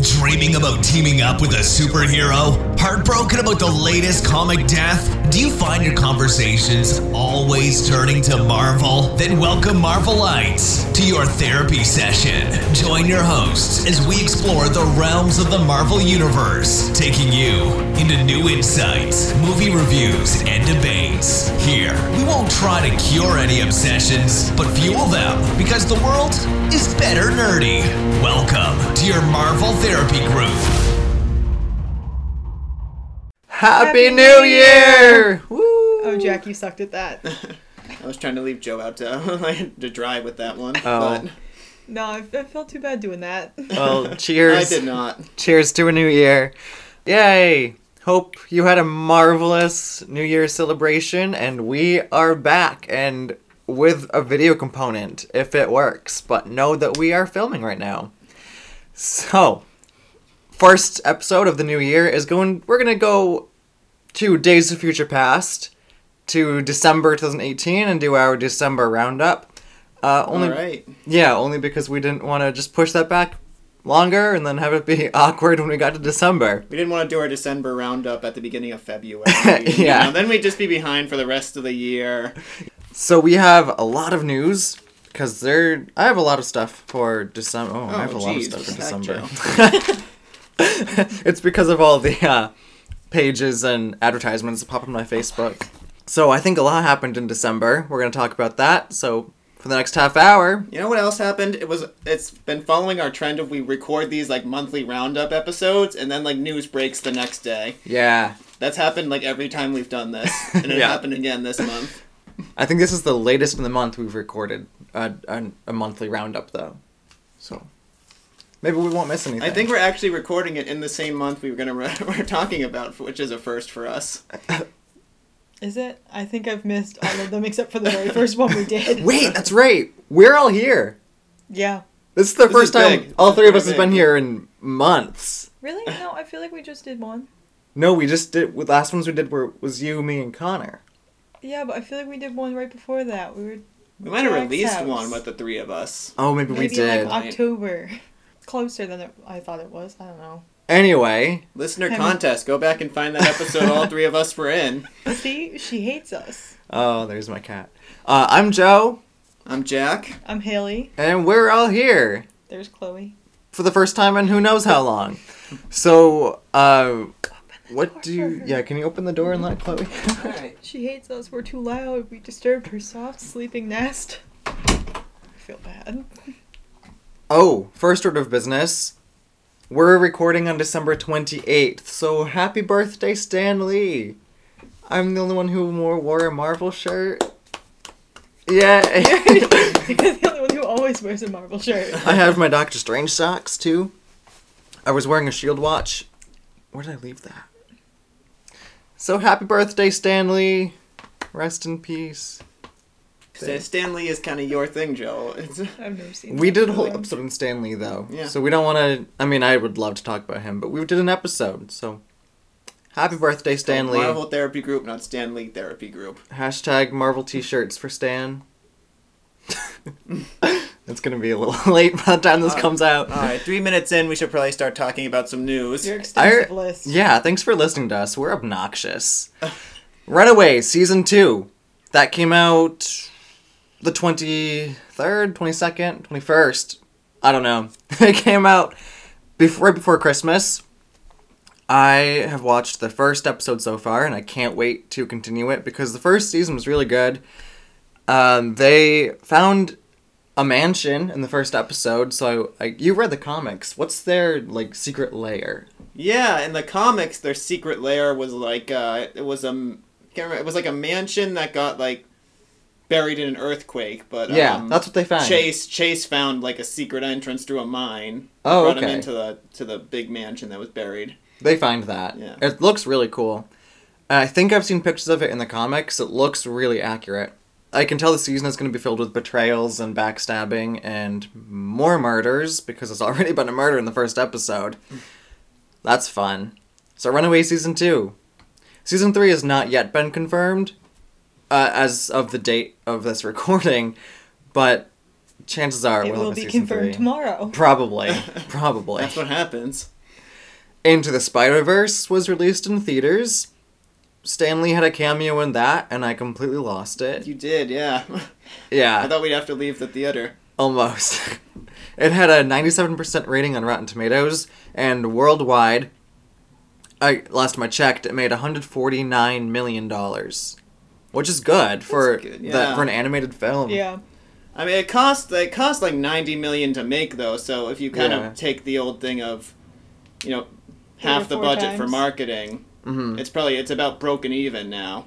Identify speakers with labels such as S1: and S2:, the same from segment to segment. S1: Dreaming about teaming up with a superhero? Heartbroken about the latest comic death? Do you find your conversations always turning to Marvel? Then welcome Marvelites to your therapy session. Join your hosts as we explore the realms of the Marvel Universe, taking you into new insights, movie reviews, and debates. Here, we won't try to cure any obsessions, but fuel them because the world is better nerdy. Welcome to your Marvel Therapy Group.
S2: Happy,
S3: Happy
S2: New,
S3: New
S2: Year!
S3: Year!
S2: Woo!
S3: Oh, Jack, you sucked at that.
S4: I was trying to leave Joe out to, to dry with that one.
S2: Oh.
S3: No, I, I felt too bad doing that.
S2: Well,
S4: But
S2: cheers.
S4: I did not.
S2: Cheers to a new year. Yay! Hope you had a marvelous New Year celebration, and we are back and with a video component if it works, but know that we are filming right now. So, first episode of the new year is going, we're gonna go to Days of Future Past to December 2018 and do our December roundup. Uh, only
S4: All right.
S2: yeah, only because we didn't want to just push that back longer and then have it be awkward when we got to December.
S4: We didn't want to do our December roundup at the beginning of February. You
S2: Yeah.
S4: know, then we'd just be behind for the rest of the year.
S2: So we have a lot of news because there. I have a lot of stuff for December. Oh, I have a lot of
S4: geez,
S2: stuff for
S4: what's that,
S2: December. it's because of all the uh, pages and advertisements that pop up on my Facebook. So I think a lot happened in December. We're gonna talk about that. So for the next half hour,
S4: You know what else happened? It was it's been following our trend of we record these like monthly roundup episodes and then like news breaks the next day.
S2: yeah,
S4: That's happened like every time we've done this. And it
S2: Yeah.
S4: happened again this month.
S2: I think this is the latest in the month we've recorded a, a, a monthly roundup, though. So maybe we won't miss anything.
S4: I think we're actually recording it in the same month we were gonna re- we're talking about, which is a first for us.
S3: Is it? I think I've missed all of them except for the very first one we did.
S2: Wait, that's right. We're all here.
S3: Yeah.
S2: This is the
S4: This
S2: first
S4: is
S2: time
S4: big.
S2: all
S4: This is
S2: three of us
S4: pretty
S2: has been
S4: big.
S2: here in months.
S3: Really? No, I feel like we just did one.
S2: No, we just did. The last ones we did were was you, me, and Connor.
S3: Yeah, but I feel like we did one right before that. We were
S4: We might have
S3: Jack's
S4: released
S3: house.
S4: one with the three of us.
S2: Oh, maybe, we
S3: maybe
S2: did.
S3: like October. Closer than it, I thought it was. I don't know.
S2: anyway,
S4: Listener
S3: Have you-
S4: contest. Go back and find that episode all three of us were in.
S3: See, she hates us.
S2: oh, there's my cat. Uh, I'm Joe,
S4: I'm Jack.
S3: I'm Haley.
S2: and we're all here.
S3: There's Chloe.
S2: for the first time in who knows how long. So, uh, what do you?
S3: door.
S2: Yeah, can you open the door and let Chloe?
S3: She hates us. We're too loud. We disturbed her soft sleeping nest. I feel bad.
S2: oh, first order of business. We're recording on December twenty eighth, so happy birthday, Stan Lee! I'm the only one who more wore a Marvel shirt. Yeah,
S3: You're the only one who always wears a Marvel shirt.
S2: I have my Doctor Strange socks too. I was wearing a shield watch. Where did I leave that? So happy birthday, Stanley. Rest in peace.
S4: So Stanley is kind of your thing, Joe. It's,
S3: I've never seen.
S2: We
S3: that
S2: did a whole
S3: before.
S2: episode on Stanley though.
S4: Yeah.
S2: So we don't want to. I mean, I would love to talk about him, but we did an episode. So happy birthday, Stanley.
S4: Marvel Therapy Group, not Stanley Therapy Group.
S2: Hashtag Marvel t shirts for Stan. it's going to be a little late by the time this
S4: Uh,
S2: comes out.
S4: All right, three minutes in, we should probably start talking about some news.
S3: Your extensive
S2: I-
S3: list.
S2: Yeah, thanks for listening to us. We're obnoxious. Runaway season two, that came out the twenty third, twenty second, twenty first. I don't know. it came out before right before Christmas. I have watched the first episode so far, and I can't wait to continue it because the first season was really good. Um, they found a mansion in the first episode, so I, I, you read the comics. What's their like secret lair?
S4: Yeah, in the comics, their secret lair was like uh, it was a m- can't remember, it was like a mansion that got like buried in an earthquake. But
S2: Yeah,
S4: um,
S2: that's what they found.
S4: Chase Chase found like a secret entrance through a mine.
S2: Oh,
S4: brought
S2: okay.
S4: him into the to the big mansion that was buried.
S2: They find that.
S4: Yeah.
S2: It looks really cool. I think I've seen pictures of it in the comics. It looks really accurate. I can tell the season is going to be filled with betrayals and backstabbing and more murders because there's already been a murder in the first episode. That's fun. So, Runaway Season 2. Season 3 has not yet been confirmed uh, as of the date of this recording, but chances are
S3: It
S2: we'll
S3: will
S2: have a
S3: be
S2: season
S3: confirmed
S2: three.
S3: tomorrow.
S2: Probably. Probably.
S4: That's what happens.
S2: Into the Spider Verse was released in theaters. Stanley had a cameo in that, and I completely lost it.
S4: You did, yeah.
S2: Yeah,
S4: I thought we'd have to leave the theater.
S2: almost. it had a 97% rating on Rotten Tomatoes, and worldwide, I last time I checked, it made 149 million dollars, which is good for
S4: good,
S2: that
S4: yeah.
S2: for an animated film.
S3: Yeah.
S4: I mean, it cost it cost like ninety million to make though. So if you kind
S2: Yeah.
S4: of take the old thing of, you know,
S3: Three or
S4: half the
S3: four
S4: budget for
S3: times.
S4: marketing,
S2: Mhm.
S4: it's probably it's about broken even now.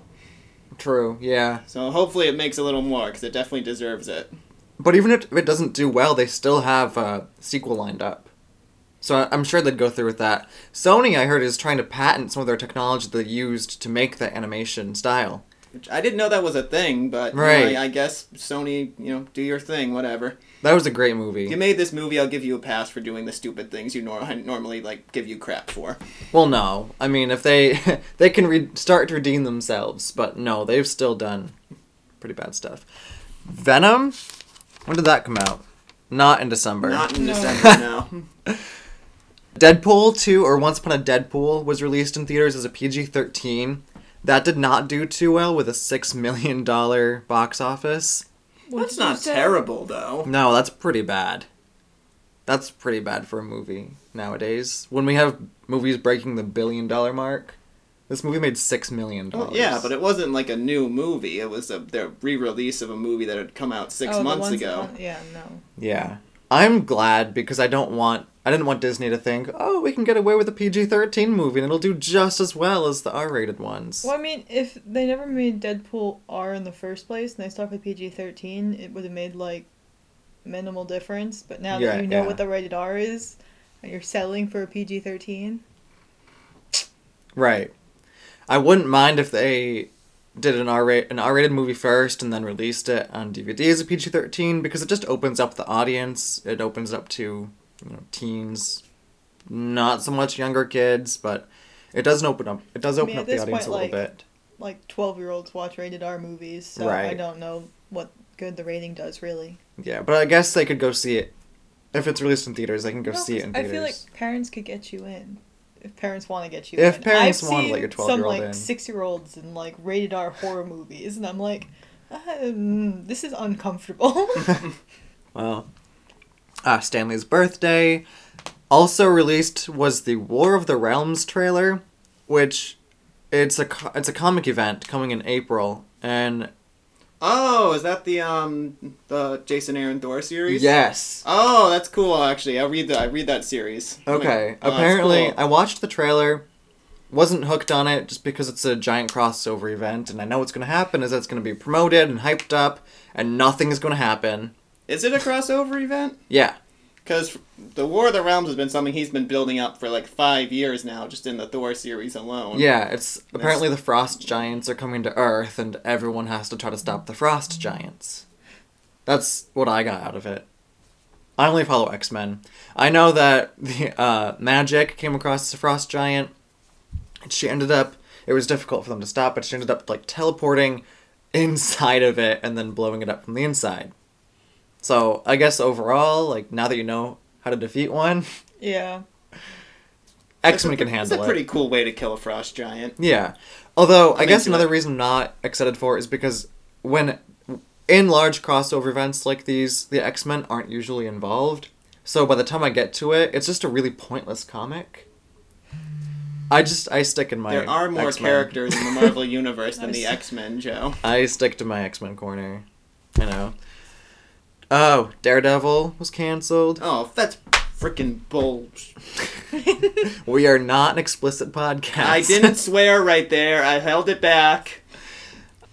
S2: True. Yeah.
S4: So hopefully it makes a little more because it definitely deserves it.
S2: But even if it doesn't do well, they still have a sequel lined up. So I- I'm sure they'd go through with that. Sony, I heard, is trying to patent some of their technology they used to make that animation style.
S4: Which I didn't know that was a thing, but you know,
S2: Right.
S4: I, I guess Sony, you know, do your thing, whatever.
S2: That was a great
S4: If you
S2: movie.
S4: made this movie, I'll give you a pass for doing the stupid things you nor- I normally like give you crap for.
S2: Well, no, I mean if they they can re- start to redeem themselves, but no, they've still done pretty bad stuff. Venom, when did that come out? Not in December.
S4: Not in
S3: No.
S4: December now.
S2: Deadpool 2 or Once Upon a Deadpool was released in theaters as a PG 13. That did not do too well with a $6 million box office.
S3: What
S4: That's
S3: did you
S4: not
S3: say?
S4: terrible though.
S2: No, that's pretty bad. That's pretty bad for a movie nowadays. When we have movies breaking the billion dollar mark, this movie made $6 million.
S4: Well, yeah, but it wasn't like a new movie. It was a the re-release of a movie that had come out six
S3: Oh, the
S4: months
S3: ones
S4: ago.
S3: upon- yeah, no.
S2: Yeah. I'm glad because I don't want. I didn't want Disney to think, oh, we can get away with a PG 13 movie and it'll do just as well as the R rated ones.
S3: Well, I mean, if they never made Deadpool R in the first place and they stuck with PG 13, it would have made, like, minimal difference. But now
S2: Yeah,
S3: that you know
S2: yeah.
S3: what the rated R is, and you're settling for a PG 13,
S2: Right. I wouldn't mind if they did an R an R rated movie first and then released it on DVD as a PG thirteen because it just opens up the audience. It opens up to you know teens, not so much younger kids, but it doesn't open up. It does
S3: I
S2: open
S3: mean, at
S2: up the
S3: this
S2: audience
S3: point,
S2: a little
S3: like-
S2: bit.
S3: like, 12 year olds watch rated R movies, so I
S2: Right.
S3: don't know what good the rating does, really.
S2: Yeah, but I guess they could go see it if it's released in theaters. They can go
S3: No,
S2: see it
S3: 'cause
S2: in
S3: I
S2: theaters.
S3: feel like parents could get you in. If parents want to get you
S2: If
S3: in.
S2: parents
S3: I've
S2: wanna let
S3: seen
S2: your 12-year-old
S3: some like
S2: in.
S3: six year olds in like rated R horror movies, and I'm like, um, this is uncomfortable.
S2: Well, uh, Stanley's birthday. Also released was the War of the Realms trailer, which it's a co- it's a comic event coming in April, and
S4: Oh, is that the um the Jason Aaron Thor series?
S2: yes,
S4: Oh, that's cool. Actually, I read the I read that series.
S2: okay.
S4: Oh, that's
S2: Apparently,
S4: cool.
S2: I watched the trailer, wasn't hooked on it just because it's a giant crossover event, and I know what's gonna happen is that's gonna be promoted and hyped up, and nothing is gonna happen.
S4: is it a crossover event?
S2: Yeah,
S4: Because the War of the Realms has been something he's been building up for like five years now, just in the Thor series alone.
S2: yeah. It's apparently the frost giants are coming to Earth, and everyone has to try to stop the frost giants. That's what I got out of it. I only follow X Men. I know that the uh, magic came across the frost giant. And she ended up. It was difficult for them to stop, but she ended up like teleporting inside of it and then blowing it up from the inside. So I guess overall, like now that you know how to defeat one,
S3: yeah.
S2: X Men can
S4: It's
S2: handle
S4: a
S2: it.
S4: pretty cool way to kill a frost giant.
S2: Yeah. Although i
S4: I'm
S2: guess
S4: into
S2: another
S4: it.
S2: reason I'm not excited for it is because when in large crossover events like these, the X Men aren't usually involved. So by the time I get to it, it's just a really pointless comic. I just I stick in my.
S4: There are more
S2: X-Men.
S4: characters in the Marvel universe than the
S3: Nice.
S4: X Men, Joe.
S2: I stick to my X Men corner. You know. Oh, Daredevil was canceled.
S4: Oh, that's freaking bullshit.
S2: We are not an explicit podcast.
S4: I didn't swear right there. I held it back.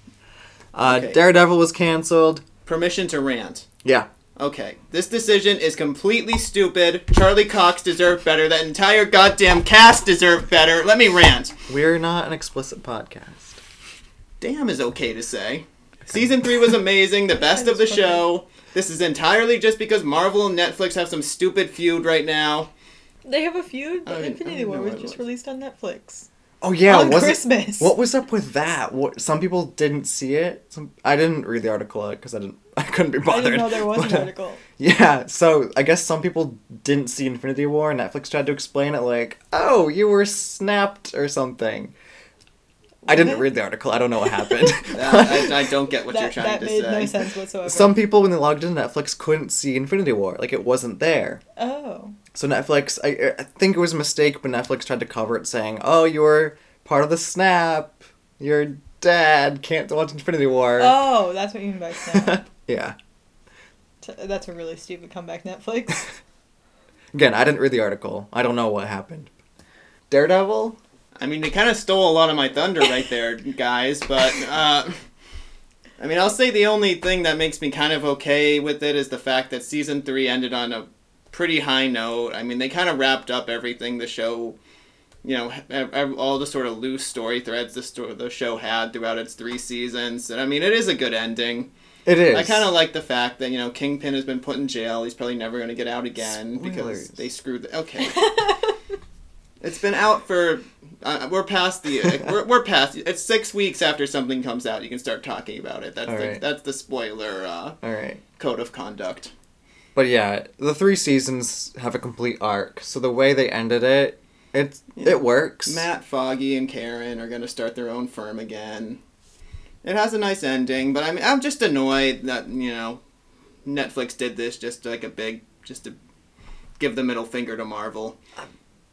S2: uh,
S4: Okay.
S2: Daredevil was canceled.
S4: Permission to rant.
S2: Yeah.
S4: Okay, this decision is completely stupid. Charlie Cox deserved better. That entire goddamn cast deserved better. Let me rant.
S2: We're not an explicit podcast.
S4: Damn is okay to say. Season 3 was amazing, the best of the show. This is entirely just because Marvel and Netflix have some stupid feud right now.
S3: They have a feud, but
S4: I didn't- I
S3: Infinity
S4: didn't
S3: War
S4: know
S3: was
S4: what it
S3: just
S4: was.
S3: released on Netflix.
S2: Oh yeah,
S3: On
S2: was it-
S3: Christmas.
S2: what was up with that? What, some people didn't see it. Some I didn't read the article because I didn't. I couldn't be
S3: I
S2: bothered.
S3: didn't know there was
S2: But,
S3: an
S2: uh,
S3: article.
S2: Yeah, so I guess some people didn't see Infinity War. and Netflix tried to explain it like, "Oh, you were snapped or something." I didn't
S3: What?
S2: read the article. I don't know what happened.
S4: I, I, I don't get what you're
S3: That,
S4: trying
S3: that
S4: to
S3: made
S4: say.
S3: no sense whatsoever.
S2: Some people when they logged into Netflix couldn't see Infinity War. Like it wasn't there.
S3: Oh.
S2: So Netflix, I, I think it was a mistake, but Netflix tried to cover it, saying, "Oh, you're part of the snap. You're dead. Can't watch Infinity War."
S3: Oh, that's what you mean by snap.
S2: yeah.
S3: T- that's a really stupid comeback, Netflix.
S2: Again, I didn't read the article. I don't know what happened. Daredevil.
S4: I mean, they kind of stole a lot of my thunder right there, guys. But uh, I mean, I'll say the only thing that makes me kind of okay with it is the fact that season three ended on a pretty high note. I mean, they kind of wrapped up everything the show, you know, ev- ev- all the sort of loose story threads the, sto- the show had throughout its three seasons. And I mean, it is a good ending.
S2: It is.
S4: I kind of like the fact that you know Kingpin has been put in jail. He's probably never going to get out again
S2: Spoilers.
S4: because they screwed. The, okay. it's been out for. Uh, we're past the. We're, we're past. It's six weeks after something comes out. You can start talking about it. That's
S2: All
S4: the,
S2: right.
S4: that's the spoiler uh,
S2: All right.
S4: code of conduct.
S2: But yeah, the three seasons have a complete arc. So the way they ended it, it it works.
S4: Matt Foggy and Karen are going to start their own firm again. It has a nice ending, but I mean, I'm just annoyed that you know Netflix did this just like a big just to give the middle finger to Marvel.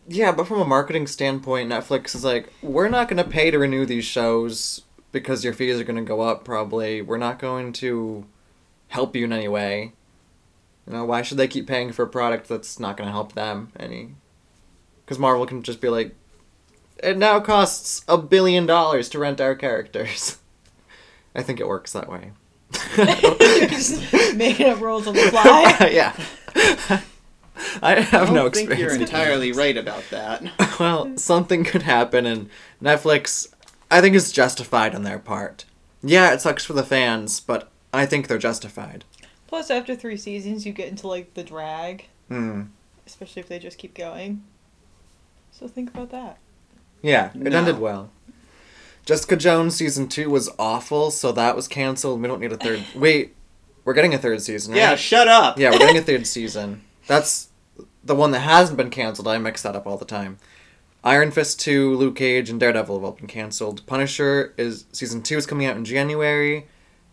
S2: Yeah, but from a marketing standpoint, Netflix is like, we're not going to pay to renew these shows because your fees are going to go up. Probably, we're not going to help you in any way. You know, why should they keep paying for a product that's not going to help them any? Because Marvel can just be like, it now costs a billion dollars to rent our characters. I think it works that way.
S3: You're just making up rules on the fly.
S2: yeah. I have
S4: I don't
S2: no
S4: think
S2: experience.
S4: you're entirely right about that.
S2: well, something could happen, and Netflix, I think, is justified on their part. Yeah, it sucks for the fans, but I think they're justified.
S3: Plus, after three seasons, you get into like the drag,
S2: Mm.
S3: especially if they just keep going. So think about that.
S2: Yeah, it
S4: No.
S2: ended well. Jessica Jones season two was awful, so that was canceled. We don't need a third. Wait, we're getting a third season, right?
S4: Yeah, shut up.
S2: yeah, we're getting a third season. That's the one that hasn't been canceled. I mix that up all the time. Iron Fist 2, Luke Cage, and Daredevil have all been canceled. Punisher is season 2 is coming out in January,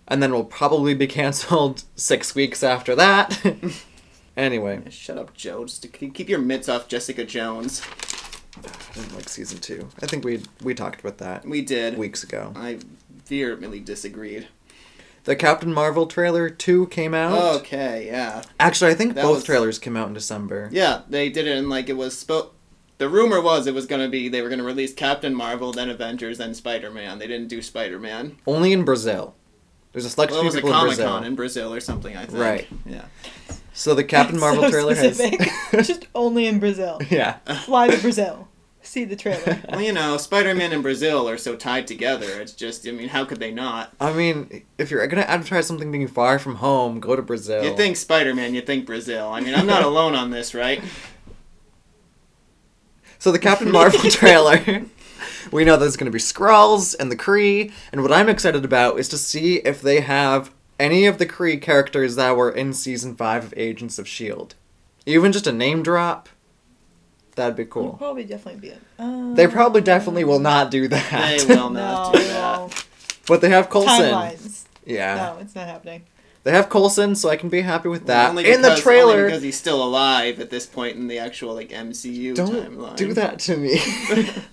S2: and then will probably be canceled six weeks after that. anyway,
S4: Shut up, Joe. Just keep keep your mitts off Jessica Jones.
S2: I didn't like season 2. I think we we talked about that
S4: We did.
S2: weeks ago.
S4: I vehemently disagreed.
S2: The Captain Marvel trailer 2 came out.
S4: Oh, Okay, yeah.
S2: Actually, I think
S4: That
S2: both
S4: was-
S2: trailers came out in December.
S4: Yeah, they did it and like it was spo- the rumor was it was gonna be they were gonna release Captain Marvel, then Avengers, then Spider Man. They didn't do Spider Man.
S2: Only in Brazil. There's a select
S4: Well, it
S2: few
S4: was a
S2: people in
S4: Comic
S2: Brazil.
S4: Con in Brazil or something, I think.
S2: Right.
S4: Yeah.
S2: So the Captain Marvel
S3: So
S2: trailer
S3: specific.
S2: has.
S3: just only in Brazil.
S2: yeah.
S3: Fly to Brazil. See the trailer.
S4: Well, you know, Spider Man and Brazil are so tied together. It's just, I mean, how could they not?
S2: I mean, if you're gonna advertise something being far from home, go to Brazil.
S4: You think Spider Man, you think Brazil. I mean, I'm not alone on this, right?
S2: so? The Captain Marvel trailer. We know there's gonna be Skrulls and the Kree, and what I'm excited about is to see if they have any of the Kree characters that were in season five of Agents of Shield, E even just a name drop. That'd be
S3: We'll
S2: cool.
S3: probably definitely be it. Uh,
S2: They probably definitely will not do that.
S4: They will
S3: no,
S4: not do
S3: no.
S4: that.
S2: but they have Coulson.
S3: Timelines.
S2: Yeah,
S3: No, it's not happening.
S2: they have Coulson, so I can be happy with that.
S4: Only
S2: in the
S4: because- only
S2: trailer,
S4: because he's still alive at this point in the actual like MCU
S2: Don't
S4: timeline.
S2: do that to me.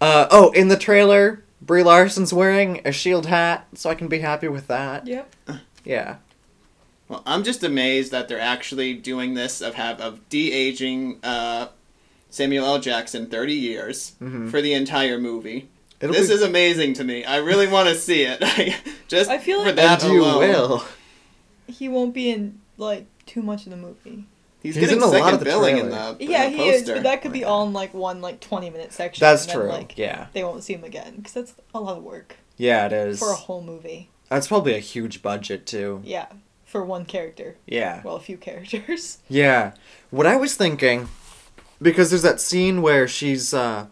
S2: uh, oh, in the trailer, Brie Larson's wearing a shield hat, so I can be happy with that.
S3: Yep.
S2: Yeah.
S4: Well, I'm just amazed that they're actually doing this of have of de aging uh, Samuel L. Jackson 30 years for the entire movie.
S2: Mm-hmm. It'll
S4: this
S2: be-
S4: is amazing to me. I really want to see it. just
S3: I feel
S4: for
S3: like-
S4: that
S2: and you
S4: alone.
S2: will.
S3: He won't be in like too much of the movie.
S4: He's,
S2: He's
S4: getting
S2: in a lot
S4: second
S2: of the
S4: billing in
S2: trailer.
S4: the in
S3: yeah,
S4: the
S3: he is,
S4: poster.
S3: but that could be all in like one like twenty minute section.
S2: That's
S3: and then,
S2: true.
S3: Like,
S2: yeah.
S3: They won't see him again because that's a lot of work
S2: Yeah, it is.
S3: for a whole movie.
S2: That's probably a huge budget too.
S3: Yeah, for one character.
S2: Yeah.
S3: Well, a few characters.
S2: Yeah. What I was thinking, because there's that scene where she's uh,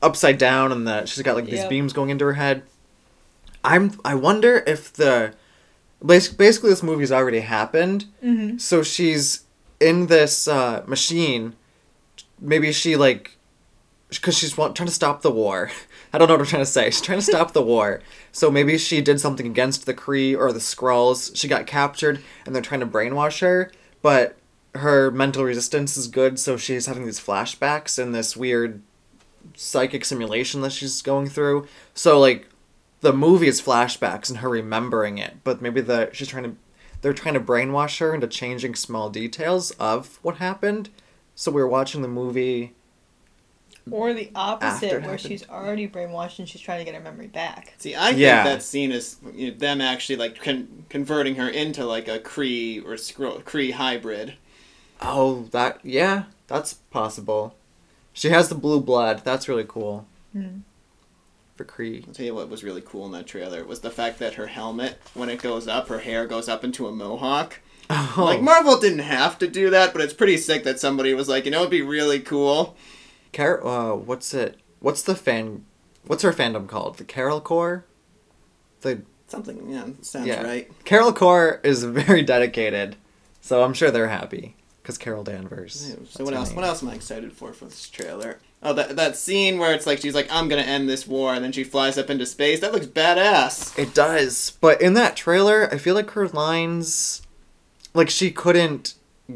S2: upside down and the she's got like these
S3: Yep.
S2: beams going into her head. I'm I wonder if the bas- basically this movie's already happened.
S3: Mhm.
S2: So she's in this uh, machine. Maybe she like because she's want- trying to stop the war. I don't know what I'm trying to say. She's trying to stop the war. So maybe she did something against the Kree or the Skrulls. She got captured, and they're trying to brainwash her. But her mental resistance is good, so she's having these flashbacks and this weird psychic simulation that she's going through. So like, the movie is flashbacks and her remembering it, but maybe the she's trying to, they're trying to brainwash her into changing small details of what happened. So we were watching the movie.
S3: Or the opposite,
S2: After it
S3: where
S2: happened.
S3: she's already brainwashed and she's trying to get her memory back.
S4: See, I
S2: Yeah.
S4: think that scene is you know, them actually like con- converting her into like a Cree or Skrull Cree hybrid.
S2: Oh, that yeah, that's possible. She has the blue blood. That's really cool.
S3: Hmm.
S2: For Cree.
S4: I'll tell you what was really cool in that trailer was the fact that her helmet, when it goes up, her hair goes up into a mohawk.
S2: Oh,
S4: Like Marvel didn't have to do that, but it's pretty sick that somebody was like, you know, it'd be really cool.
S2: Car- uh, what's it? What's the fan? What's her fandom called? The Carol Core. The
S4: Something, yeah, sounds
S2: yeah.
S4: right.
S2: Carol Core is very dedicated, so I'm sure they're happy because Carol Danvers.
S4: So what else? What else am I excited for for this trailer? Oh, that that scene where it's like she's like, I'm gonna end this war, and then she flies up into space. That looks badass.
S2: It does, but in that trailer, I feel like her lines, like she couldn't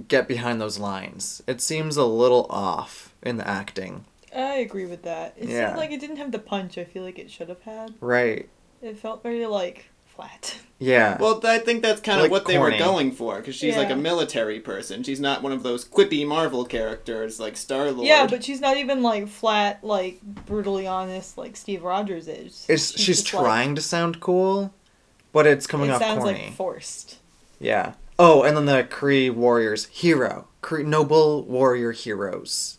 S2: get behind those lines. It seems a little off in the acting.
S3: I agree with that. It
S2: Yeah.
S3: seemed like it didn't have the punch I feel like it should have had.
S2: Right.
S3: It felt very, like, flat.
S2: Yeah.
S4: Well, I think that's kind of
S2: Like
S4: what they
S2: corny.
S4: were going for, because she's like
S3: Yeah.
S4: a military person. She's not one of those quippy Marvel characters like Star Lord.
S3: Yeah, but she's not even, like, flat, like, brutally honest, like Steve Rogers is.
S2: It's she's,
S3: just, like-
S2: trying to sound cool, but it's coming
S3: it
S2: off
S3: sounds
S2: corny.
S3: like forced.
S2: yeah. Oh, and then the Cree warriors hero, Cree noble warrior heroes,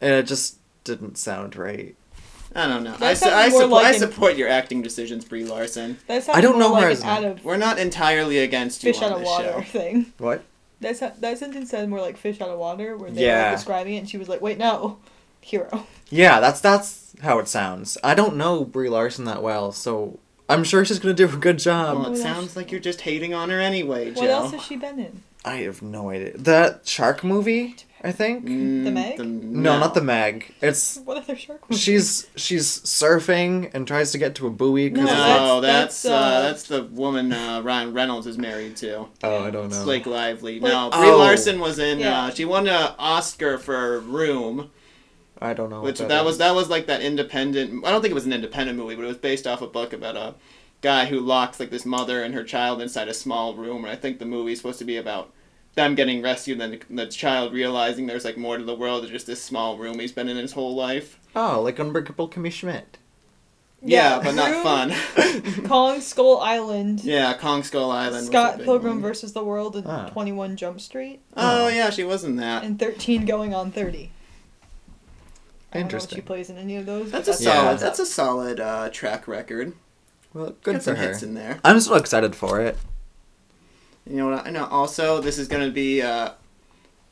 S2: and it just didn't sound right.
S4: I don't know.
S3: That
S4: I, su-
S3: sounds
S4: I,
S3: more
S4: suppo-
S3: like
S4: I
S3: an-
S4: support your acting decisions, Brie Larson.
S3: That sounds
S2: I don't
S3: more
S2: know her
S3: like
S2: as
S3: an
S2: well.
S3: out of
S4: We're not entirely against you
S3: fish out
S4: on
S3: of
S4: this
S3: water
S4: show.
S3: thing.
S2: What?
S3: That's that sentence sounded more like fish out of water, where they
S2: Yeah.
S3: were describing it, and she was like, "Wait, no, hero."
S2: Yeah, that's that's how it sounds. I don't know Brie Larson that well, so I'm sure she's gonna do a good job.
S4: Well, it sounds like you're just hating on her anyway, Joe.
S3: What else has she been in?
S2: I have no idea. That shark movie, I think.
S4: Mm,
S3: The Meg?
S2: No, not the Meg. It's
S3: What other shark? movie?
S2: she's she's surfing and tries to get to a buoy. 'cause
S4: No,
S3: No,
S2: it's-
S3: that's-
S4: that's that's,
S3: that's,
S4: uh,
S3: uh,
S4: that's the woman uh, Ryan Reynolds is married to.
S2: oh, I don't know.
S4: It's Blake Lively.
S3: Blake-
S4: No, Brie
S2: Oh.
S4: Larson was in. Uh,
S3: Yeah.
S4: she won an Oscar for Room,
S2: I don't know. what
S4: which that
S2: is.
S4: was that was like that independent. I don't think it was an independent movie, but it was based off a book about a guy who locks like this mother and her child inside a small room. And I think the movie's supposed to be about them getting rescued, and then the child realizing there's like more to the world than just this small room he's been in his whole life.
S2: Oh, like Unbreakable Kimmy Schmidt.
S4: Yeah, but not
S3: Room,
S4: fun.
S3: Kong Skull Island.
S4: yeah, Kong Skull Island. was a
S3: Scott
S4: big
S3: Pilgrim
S4: one.
S3: versus the World and
S2: Ah.
S3: 21 Jump Street
S4: Oh yeah, she was in that.
S3: and 13 Going on 30. I don't know if
S2: Interesting.
S3: she plays in any of those. but
S4: That's a
S2: Yeah.
S4: solid. That's a solid uh, track record.
S2: Well, good
S4: Got
S2: for
S4: some
S2: her.
S4: hits in there.
S2: I'm so excited for it.
S4: You know what? I know. Also, this is gonna be uh,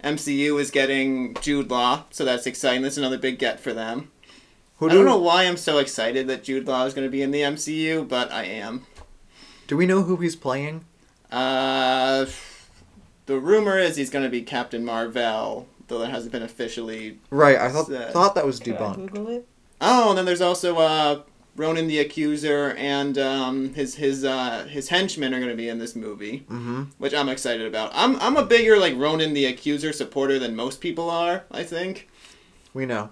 S4: MCU is getting Jude Law, so that's exciting. That's another big get for them.
S2: Who
S4: I don't
S2: do-
S4: know why I'm so excited that Jude Law is gonna be in the MCU, but I am.
S2: Do we know who he's playing?
S4: Uh, the rumor is he's gonna be Captain Marvel, though that hasn't been officially.
S2: Right, I thought
S4: Uh,
S2: thought that was
S3: Could I
S2: debunked.
S3: Google it?
S4: Oh, and then there's also uh, Ronan the Accuser and um, his his uh, his henchmen are gonna be in this movie.
S2: Mm-hmm.
S4: which I'm excited about. I'm I'm a bigger like Ronan the Accuser supporter than most people are. I think.
S2: We know.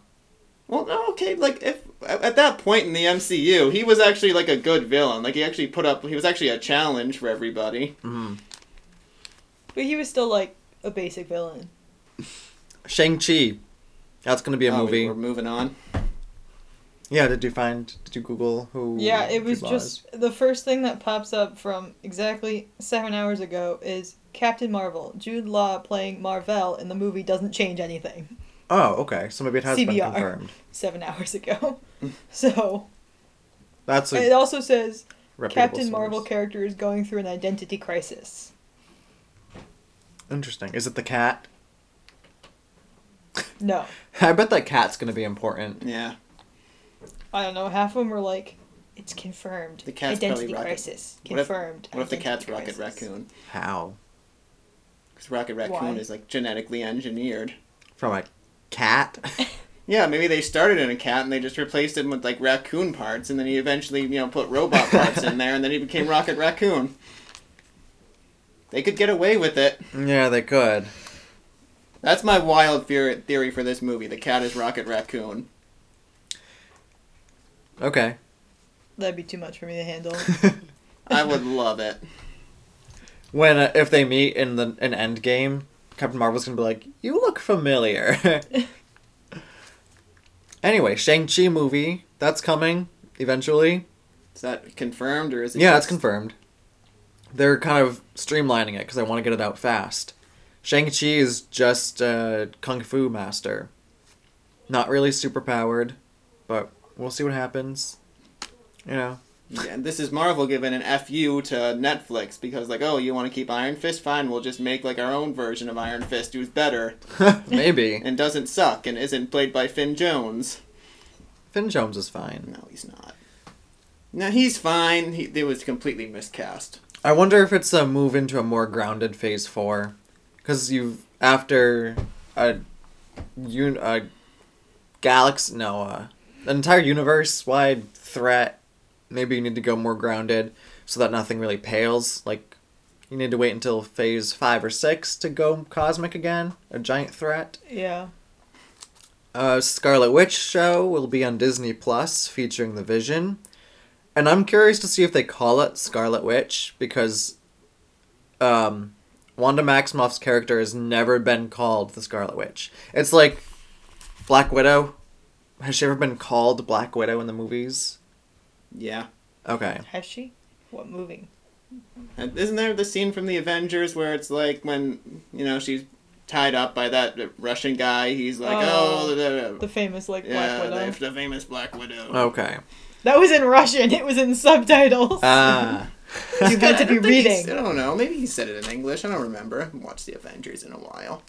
S4: Well, no, okay, like if at at that point in the MCU, he was actually like a good villain. Like he actually put up, he was actually a challenge for everybody.
S2: Mm-hmm.
S3: But he was still like a basic villain.
S2: Shang Chi. That's gonna be a
S4: Oh,
S2: movie.
S4: We're moving on.
S2: Yeah. Did you find? Did you Google who?
S3: Yeah, it was
S2: Jude Law is?
S3: just the first thing that pops up from exactly seven hours ago is Captain Marvel. Jude Law playing Marvel in the movie doesn't change anything.
S2: Oh, okay. So maybe it has been
S3: CBR.
S2: confirmed.
S3: Seven hours ago. so
S2: That's
S3: it
S2: a
S3: also says
S2: reputable
S3: Captain Uh, Marvel
S2: source.
S3: character is going through an identity crisis.
S2: Interesting. Is it the cat?
S3: No,
S2: I bet that cat's gonna be important.
S4: Yeah.
S3: I don't know. Half of them were like, "It's confirmed.
S4: The cat's probably
S3: Identity
S4: Rocket.
S3: crisis
S4: What if-
S3: confirmed."
S4: What if the
S3: Identity
S4: cat's Rocket
S3: crisis."
S4: Raccoon?
S2: How?
S4: Because Rocket Raccoon
S3: Why?
S4: is like genetically engineered.
S2: From a cat?
S4: Yeah, maybe they started in a cat and they just replaced him with like raccoon parts, and then he eventually, you know, put robot parts in there, and then he became Rocket Raccoon. They could get away with it.
S2: yeah, they could.
S4: That's my wild fear- theory for this movie. The cat is Rocket Raccoon.
S2: Okay.
S3: That'd be too much for me to handle.
S4: I would love it.
S2: When uh, if they meet in the an end game, Captain Marvel's gonna be like, "You look familiar." anyway, Shang Chi movie that's coming eventually.
S4: Is that confirmed or is it?
S2: Yeah,
S4: just-
S2: it's confirmed. They're kind of streamlining it because they want to get it out fast. Shang Chi is just a kung fu master, not really super powered, but we'll see what happens. You know,
S4: Yeah, this is Marvel giving an FU to Netflix because, like, oh, you want to keep Iron Fist? Fine, we'll just make, like, our own version of Iron Fist who's better
S2: maybe
S4: and doesn't suck and isn't played by Finn Jones.
S2: Finn Jones is fine.
S4: No, he's not. No, he's fine. He, it was completely miscast.
S2: I wonder if it's a move into a more grounded phase four, because you've after a, un, a galaxy no, uh, an entire universe wide threat. Maybe you need to go more grounded so that nothing really pales. Like you need to wait until phase five or six to go cosmic again, a giant threat.
S3: yeah.
S2: Uh, Scarlet Witch show will be on Disney Plus featuring the Vision. And I'm curious to see if they call it Scarlet Witch because um, Wanda Maximoff's character has never been called the Scarlet Witch. It's like Black Widow. Has she ever been called Black Widow in the movies?
S4: Yeah.
S2: Okay.
S3: Has she? What moving?
S4: And isn't there the scene from the Avengers where it's like when, you know, she's tied up by that Russian guy? He's like, oh,
S3: Oh,
S4: da, da, da.
S3: The famous like
S4: yeah,
S3: Black Widow.
S4: the- the famous Black Widow.
S2: Okay.
S3: That was in Russian. It was in subtitles.
S2: Ah.
S3: You've got to
S4: Uh,
S3: be
S4: I don't think he's-
S3: reading.
S4: I don't know. Maybe he said it in English. I don't remember. I haven't watched the Avengers in a while.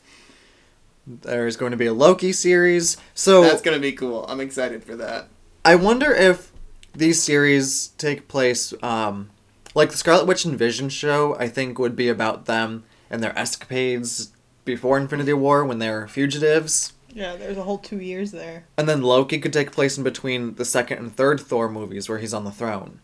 S2: there's going to be a Loki series. So
S4: That's gonna be cool. I'm excited for that.
S2: I wonder if these series take place, um, like the Scarlet Witch and Vision show. I think would be about them and their escapades before Infinity War when they were fugitives,
S3: Yeah, there was a whole two years there.
S2: and then Loki could take place in between the second and third Thor movies where he's on the throne.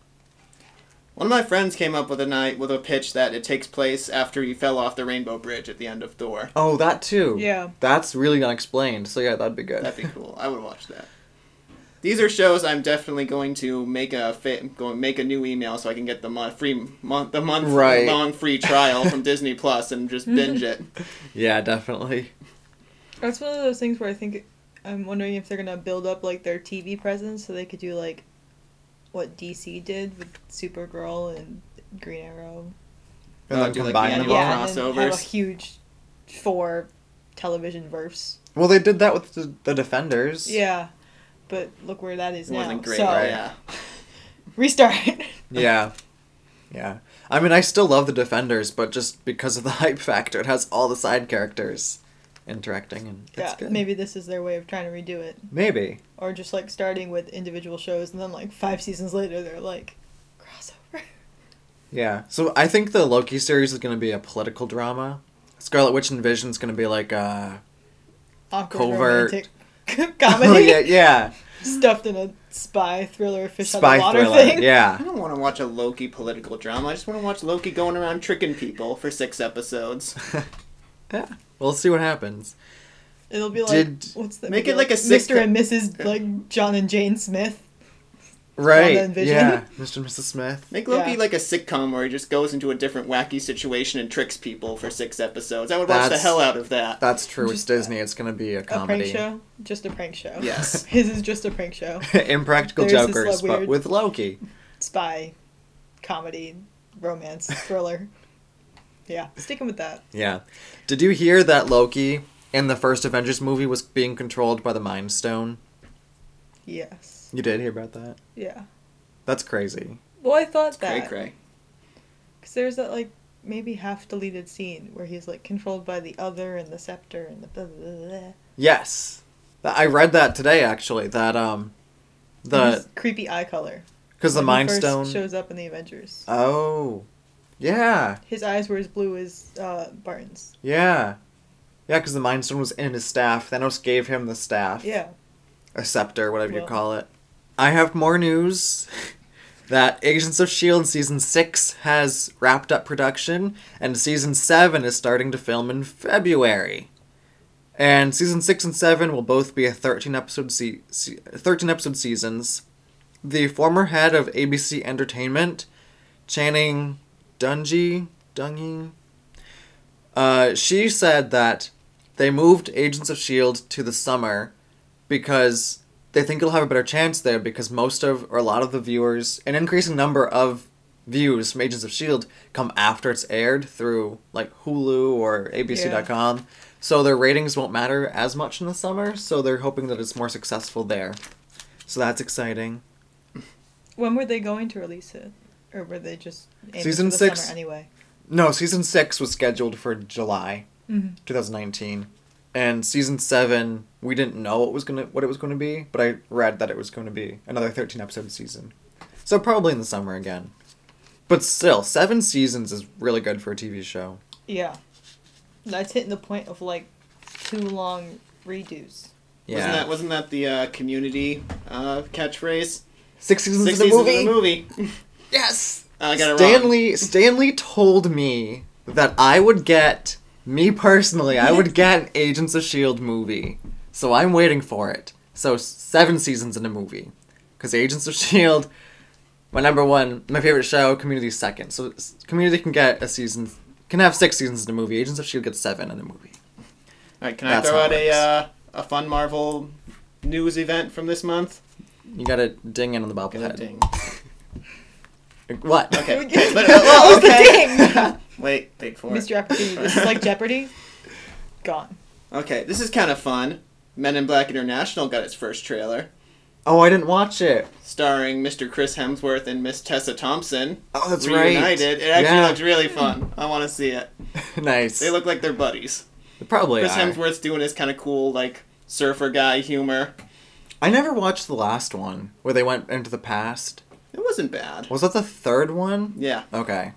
S4: One of my friends came up with a night with a pitch that it takes place after he fell off the Rainbow Bridge at the end of Thor.
S2: Oh, that too.
S3: Yeah.
S2: That's really unexplained. So yeah, that'd be good.
S4: That'd be cool. I would watch that. These are shows I'm definitely going to make a fa- go make a new email so I can get the month free month the month
S2: Right.
S4: long free trial from Disney Plus
S3: Mm-hmm.
S4: and just binge it.
S2: yeah, definitely.
S3: That's one of those things where I think I'm wondering if they're gonna build up like their TV presence so they could do like what DC did with Supergirl and Green Arrow.
S2: And
S4: Oh,
S2: then
S4: do, like,
S2: combine them
S4: the annual
S2: all.
S3: yeah, and then have a
S4: crossovers.
S3: huge four television verse.
S2: Well, they did that with the, the Defenders.
S3: Yeah, but look where that is
S4: It
S3: now.
S4: wasn't great.
S3: so
S4: but Yeah.
S3: restart.
S2: Yeah. Yeah. I mean, I still love the Defenders, but just because of the hype factor, it has all the side characters interacting, and it's
S3: yeah,
S2: good.
S3: maybe this is their way of trying to redo it,
S2: Maybe.
S3: or just like starting with individual shows and then like five seasons later they're like crossover.
S2: Yeah. So I think the Loki series is going to be a political drama. Scarlet Witch and Vision's going to be like uh
S3: Awkward
S2: Covert.
S3: romantic
S4: Oh,
S3: comedy.
S2: yeah, yeah.
S3: stuffed in a spy thriller fish
S2: spy
S3: out of water
S2: thriller.
S3: thing.
S4: I
S2: Yeah.
S4: don't want to watch a Loki political drama. I just want to watch Loki going around tricking people for six episodes.
S2: We'll see what happens.
S3: It'll be like
S2: Did-
S3: what's the
S4: Make
S3: be
S4: it like a six-
S3: Mr. and Mrs. like John and Jane Smith.
S2: Right.
S3: and Vision.
S2: Yeah. Mr. and Mrs. Smith.
S4: Make Loki
S3: Yeah.
S4: like a sitcom where he just goes into a different wacky situation and tricks people for six episodes. I would watch the
S2: That's-
S4: hell out of that.
S2: That's true. It's
S3: Just- uh,
S2: Disney. It's going to be a
S3: A prank
S2: comedy.
S3: show, just a prank show.
S4: Yes.
S3: his is just a prank show.
S2: Impractical
S3: There's this
S2: Jokers,
S3: lo-
S2: but
S3: weird-
S2: with Loki.
S3: Spy, comedy, romance, thriller. yeah, sticking with that.
S2: Yeah. Did you hear that Loki in the first Avengers movie was being controlled by the Mind Stone?
S3: Yes.
S2: You did hear about that?
S3: Yeah.
S2: That's crazy.
S3: Well, I thought
S4: Cray
S3: that
S4: cray.
S3: because there's that like maybe half deleted scene where he's like controlled by the other and the scepter and the blah, blah, blah, blah.
S2: Yes. Th- I read that today actually that um The
S3: creepy eye color.
S2: because the
S3: When he
S2: Mind
S3: first
S2: Stone.
S3: shows up in the Avengers.
S2: Oh, yeah,
S3: His eyes were as blue as uh, Barton's.
S2: yeah, yeah. Because the Mind Stone was in his staff. Thanos gave him the staff.
S3: Yeah.
S2: a scepter, whatever you
S3: Well.
S2: call it. I have more news that Agents of S.H.I.E.L.D. season 6 has wrapped up production, and season 7 is starting to film in February. And season 6 and 7 will both be a 13 episode, se- se- 13 episode seasons. The former head of ABC Entertainment, Channing Dungey, Dungey, uh, she said that they moved Agents of S.H.I.E.L.D. E to the summer because they think you'll have a better chance there because most of or a lot of the viewers an increasing number of views from agents of shield E come after it's aired through like hulu or abc.com so their ratings won't matter as much in the summer so they're hoping that it's more successful there so that's exciting
S3: When were they going to release it? Or were they just aiming
S2: Season
S3: for the
S2: six.
S3: summer anyway?
S2: no season 6 was scheduled for july
S3: Mhm.
S2: 2019 and season 7 we didn't know what was gonna what it was gonna be but i read that it was gonna be another 13 episode season so probably in the summer again but still seven seasons is really good for a tv show
S3: Yeah. That's hitting the point of like too long redos.
S2: yeah
S4: Wasn't that wasn't that the uh, community uh, catchphrase?
S2: six seasons
S4: Six
S2: of the
S4: seasons
S2: movie
S4: of the movie. Uh,
S2: yes
S4: I got it wrong.
S2: stanley stanley told me that i would get me personally i would get an agents of shield E movie so i'm waiting for it so s- seven seasons in a movie because agents of shield E my number one, my favorite show, Community is second. So s- Community can get a season, can have six seasons in a movie. Agents of Shield E gets seven in a movie.
S4: All right, can
S2: That's
S4: I throw
S2: how
S4: out
S2: it
S4: a
S2: works.
S4: uh, a fun Marvel news event from this month?
S2: You got to ding in on the
S4: Give it a
S2: bobblehead.
S4: ding.
S2: What?
S4: Okay.
S3: It
S4: But, uh, well,
S3: was the
S4: okay.
S3: ding!
S4: Wait, wait for
S3: Missed
S4: it.
S3: your opportunity. This is like Jeopardy. Gone.
S4: Okay, this is kind of fun. Men in Black International got its first trailer,
S2: Oh, I didn't watch it.
S4: starring Mr. Chris Hemsworth and Miss Tessa Thompson.
S2: Oh, that's
S4: reunited. It actually
S2: Yeah.
S4: looks really fun. I want to see it.
S2: right. nice.
S4: They look like they're buddies.
S2: probably.
S4: Chris
S2: are.
S4: Hemsworth's doing his kind of cool like surfer guy humor.
S2: I never watched the last one where they went into the past.
S4: It wasn't bad.
S2: Was that the third one?
S4: Yeah.
S2: Okay.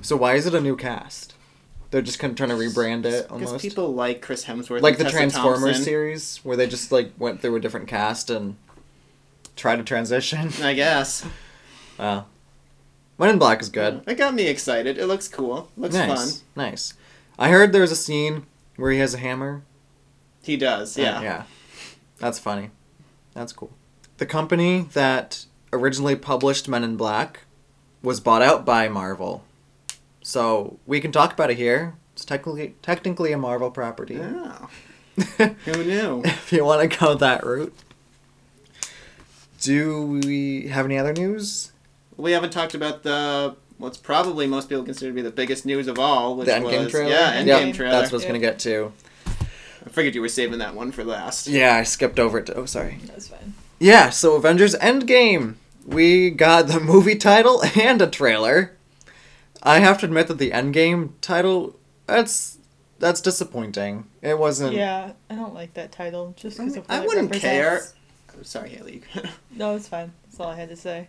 S2: So why is it a new cast? They're just kind of trying to rebrand it
S4: Because
S2: almost.
S4: people like Chris Hemsworth,
S2: like the
S4: and Tessa
S2: Transformers
S4: Thompson.
S2: series where they just like went through a different cast and tried to transition.
S4: I guess.
S2: Wow. Men in Black is good.
S4: It got me excited. It looks cool. Looks
S2: nice.
S4: fun.
S2: Nice. I heard there's a scene where he has a hammer.
S4: He does.
S2: Uh,
S4: Yeah.
S2: yeah. That's funny. That's cool. The company that originally published Men in Black was bought out by Marvel. So we can talk about it here. It's technically technically a Marvel property.
S4: Oh, who knew?
S2: if you want to go that route. Do we have any other news?
S4: we haven't talked about the what's probably most people consider to be the biggest news of all, which
S2: the Endgame
S4: was
S2: trailer?
S4: yeah, Endgame
S2: Yep,
S4: trailer.
S2: That's what I was
S3: Yeah.
S2: going to get to.
S4: I figured you were saving that one for last.
S2: Yeah, I skipped over it. To, oh, sorry.
S3: That's fine.
S2: Yeah, so Avengers Endgame. We got the movie title and a trailer. I have to admit that the Endgame title that's that's disappointing. It wasn't
S3: Yeah, I don't like that title just because of
S4: I
S3: what it
S4: wouldn't care.
S3: represents.
S4: Sorry, Haley.
S3: No, it's fine. That's all I had to say.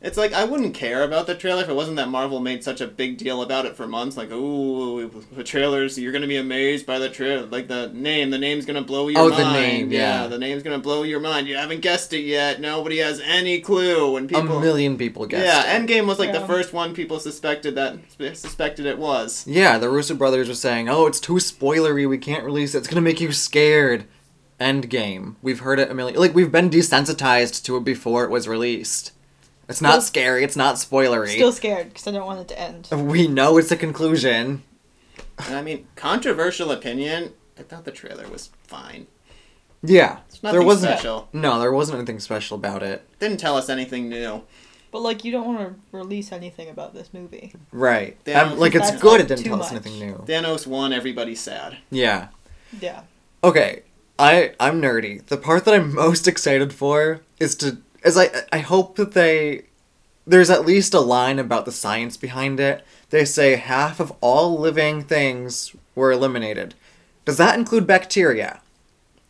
S4: it's like I wouldn't care about the trailer if it wasn't that Marvel made such a big deal about it for months. Like, ooh, the trailers, you're gonna be amazed by the trailer. Like the name, the name's gonna blow your
S2: Oh, the
S4: mind.
S2: name, yeah.
S4: the name's gonna blow your mind. You haven't guessed it yet. Nobody has any clue. And
S2: a
S4: people,
S2: million people guessed.
S4: yeah,
S2: it.
S4: Endgame was like the
S3: Yeah.
S4: first one people suspected that suspected it was.
S2: Yeah, the Russo brothers were saying, "Oh, it's too spoilery. We can't release it. It's gonna make you scared." Endgame. We've heard it a million. Like we've been desensitized to it before it was released. It's not
S3: Well-
S2: scary. It's not spoilery.
S3: Still scared because I don't want it to end.
S2: we know it's a conclusion.
S4: And I mean, controversial opinion. I thought the trailer was fine.
S2: Yeah,
S4: It's nothing
S2: there wasn't.
S4: special.
S2: No, there wasn't anything special about it.
S4: Didn't tell us anything new.
S3: But like, you don't want to release anything about this movie.
S2: Right.
S4: They
S2: Um,
S4: don't-
S2: like it's
S3: That's
S2: good.
S3: like
S2: It didn't
S3: too
S2: tell us
S3: much.
S2: anything new.
S4: Thanos won. Everybody's sad.
S2: Yeah.
S3: Yeah.
S2: Okay. I I'm nerdy. The part that I'm most excited for is to is I I hope that they there's at least a line about the science behind it. They say half of all living things were eliminated. Does that include bacteria?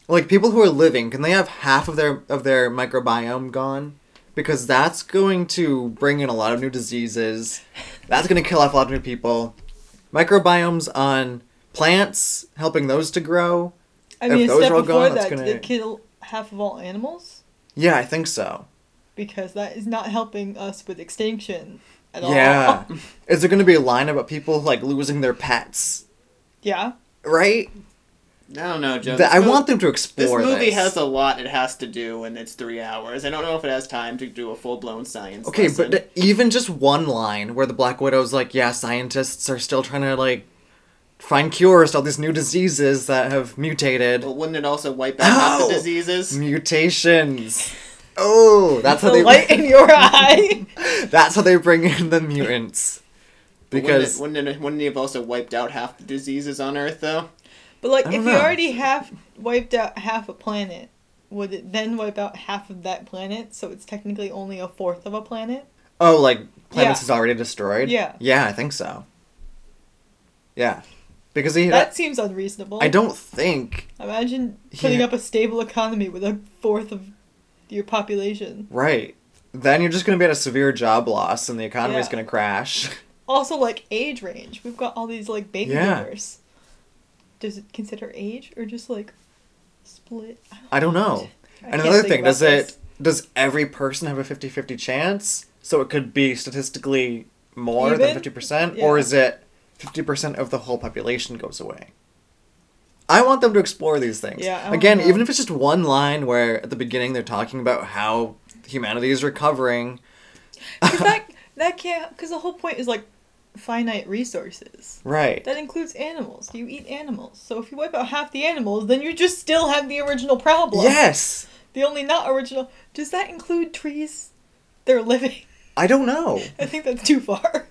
S2: like people who are living can they have half of their of their microbiome gone because that's going to bring in a lot of new diseases that's going to kill off a lot of new people microbiomes on plants helping those to grow
S3: I
S2: If
S3: mean, a
S2: those
S3: step
S2: are all
S3: before
S2: gone, that's
S3: that, did
S2: gonna-
S3: it kill half of all animals?
S2: yeah i think so
S3: Because that is not helping us with extinction at all.
S2: yeah is there going to be a line about people like losing their pets
S3: yeah.
S2: right
S4: I don't know, Joe.
S2: Th-
S4: This
S2: i
S4: mov-
S2: want them to
S4: This
S2: explore this
S4: movie has a lot it has to do, and it's three hours. I don't know if it has time to do a full blown science.
S2: Okay,
S4: lesson.
S2: but th- even just one line where the Black Widow's like, yeah, scientists are still trying to, like, find cures to all these new diseases that have mutated.
S4: But wouldn't it also wipe out half
S2: Ow!
S4: the diseases?
S2: Mutations. Oh, that's how
S3: The
S2: they
S3: light in your eye.
S2: that's how they bring in the mutants.
S4: But
S2: Because
S4: wouldn't it, wouldn't, it, wouldn't it have also wiped out half the diseases on Earth though?
S3: But like,
S2: I
S3: if
S2: don't
S3: you
S2: know.
S3: already have wiped out half a planet, would it then wipe out half of that planet? So it's technically only a fourth of a planet.
S2: oh, like planets
S3: Yeah.
S2: is already destroyed.
S3: Yeah.
S2: Yeah, I think so. Yeah, because he.
S3: That seems unreasonable.
S2: I don't think
S3: imagine putting
S2: Yeah.
S3: up a stable economy with a fourth of your population.
S2: right. Then you're just gonna be at a severe job loss, and the economy's
S3: Yeah.
S2: gonna crash.
S3: Also, like age range. We've got all these like baby
S2: Yeah.
S3: boomers. Does it consider age or just like split?
S2: I don't know.
S3: I
S2: And
S3: can't
S2: another
S3: think
S2: thing,
S3: about
S2: does
S3: this.
S2: it does every person have a 50-50 chance? So it could be statistically more
S3: Even?
S2: than 50% or
S3: Yeah.
S2: is it 50% of the whole population goes away? I want them to explore these things.
S3: Yeah, I wanna
S2: Again,
S3: know.
S2: even if it's just one line where at the beginning they're talking about how humanity is recovering.
S3: 'Cause that that can't because the whole point is like finite resources.
S2: Right.
S3: That includes animals. You eat animals. So if you wipe out half the animals, then you just still have the original problem.
S2: Yes.
S3: The only not original. Does that include trees? They're living.
S2: I don't know.
S3: I think that's too far.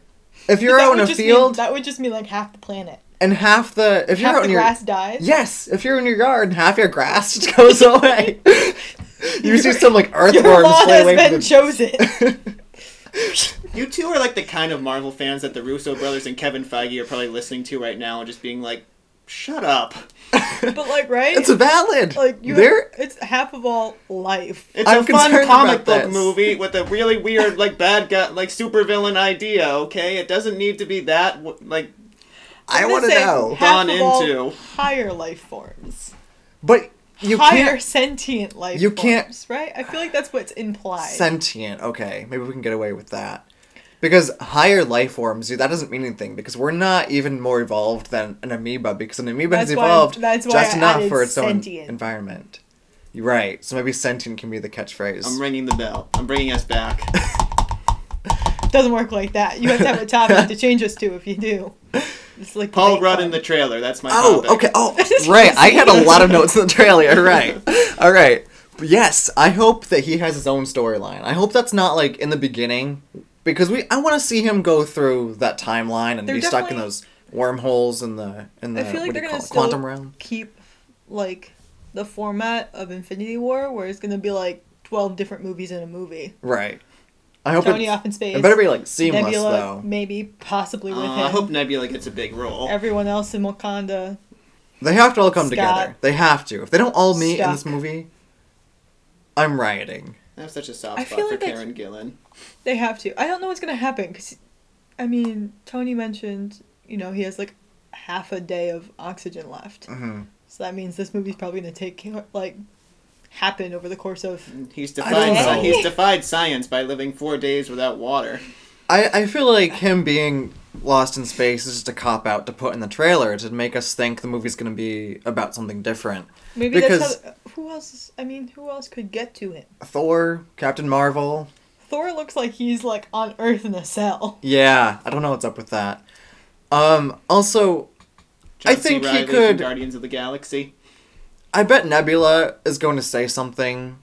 S2: If you're
S3: That
S2: out
S3: would
S2: in a
S3: just mean-
S2: field
S3: that would just mean like half the planet.
S2: and half the if you're
S3: Half
S2: out
S3: the
S2: in your
S3: grass dies.
S2: Yes, if you're in your yard and half your grass just goes away. you see some like
S3: Your
S2: earthworms
S3: law
S2: fly
S3: has
S2: away
S3: been
S2: from the...
S3: chosen.
S4: You two are like the kind of Marvel fans that the Russo brothers and Kevin Feige are probably listening to right now and just being like, "Shut up."
S3: but like, right?
S2: It's valid.
S3: like you.
S2: there,
S3: It's half of all life.
S4: It's
S2: I'm
S4: a fun
S2: concerned
S4: comic
S2: about
S4: book
S2: this.
S4: movie with a really weird, like bad guy, like supervillain idea. Okay, it doesn't need to be that w- like
S2: I
S3: I'm
S2: want to
S3: gonna say
S2: know.
S3: Half
S4: Gone
S3: of all
S4: into.
S3: higher life forms.
S2: But you
S3: higher
S2: can't
S3: sentient life
S2: you can't-
S3: forms, right? I feel like that's what's implied.
S2: sentient. Okay, maybe we can get away with that. Because higher life forms, dude, that doesn't mean anything. Because we're not even more evolved than an amoeba. Because an amoeba has
S3: That's why-
S2: evolved
S3: that's why
S2: just
S3: I
S2: enough
S3: added
S2: for its own
S3: sentient.
S2: environment. You're right. So maybe sentient can be the catchphrase.
S4: I'm ringing the bell. I'm bringing us back.
S3: Doesn't work like that. You have to have a topic to change us to if you do. It's like
S4: Paul
S3: debate
S4: Rudd
S3: club.
S4: in the trailer. That's my.
S2: Oh,
S4: topic.
S2: okay. Oh, right. I had a lot of notes in the trailer. Right. All right. But yes, I hope that he has his own storyline. I hope that's not like in the beginning, because we I want to see him go through that timeline and
S3: They're
S2: be stuck in
S3: definitely-
S2: those wormholes in the in the
S3: I feel like
S2: what do
S3: they're
S2: you
S3: gonna
S2: call it,
S3: still
S2: quantum realm.
S3: keep like the format of Infinity War, where it's gonna be like twelve different movies in a movie.
S2: Right. I hope
S3: Tony
S2: it's-
S3: off in space.
S2: it better be like seamless
S3: Nebula,
S2: though.
S3: maybe possibly with
S4: Uh,
S3: him.
S4: I hope Nebula gets a big role.
S3: Everyone else in Wakanda.
S2: They have to all come together.
S3: Scott.
S2: They have to. If they don't all meet in this
S3: Stuck.
S2: movie, I'm rioting.
S4: I have such a soft
S3: I
S4: spot
S3: feel
S4: for
S3: like that's-
S4: Karen Gillan.
S3: They have to. I don't know what's gonna happen because, I mean, Tony mentioned you know he has like half a day of oxygen left,
S2: hmm
S3: so that means this movie's probably gonna take care- like happen over the course of
S4: He's
S2: I don't
S4: defied.
S2: know.
S4: Sci- he's defied science by living four days without water.
S2: I, I feel like him being lost in space is just a cop out to put in the trailer to make us think the movie's going to be about something different.
S3: maybe
S2: because
S3: that's how, who else is, I mean who else could get to him.
S2: Thor, Captain Marvel,
S3: Thor looks like he's like on Earth in a cell.
S2: yeah, I don't know what's up with that. Um, also,
S4: John
S2: I think
S4: C.
S2: he
S4: Reilly
S2: could-
S4: From Guardians of the Galaxy.
S2: I bet Nebula is going to say something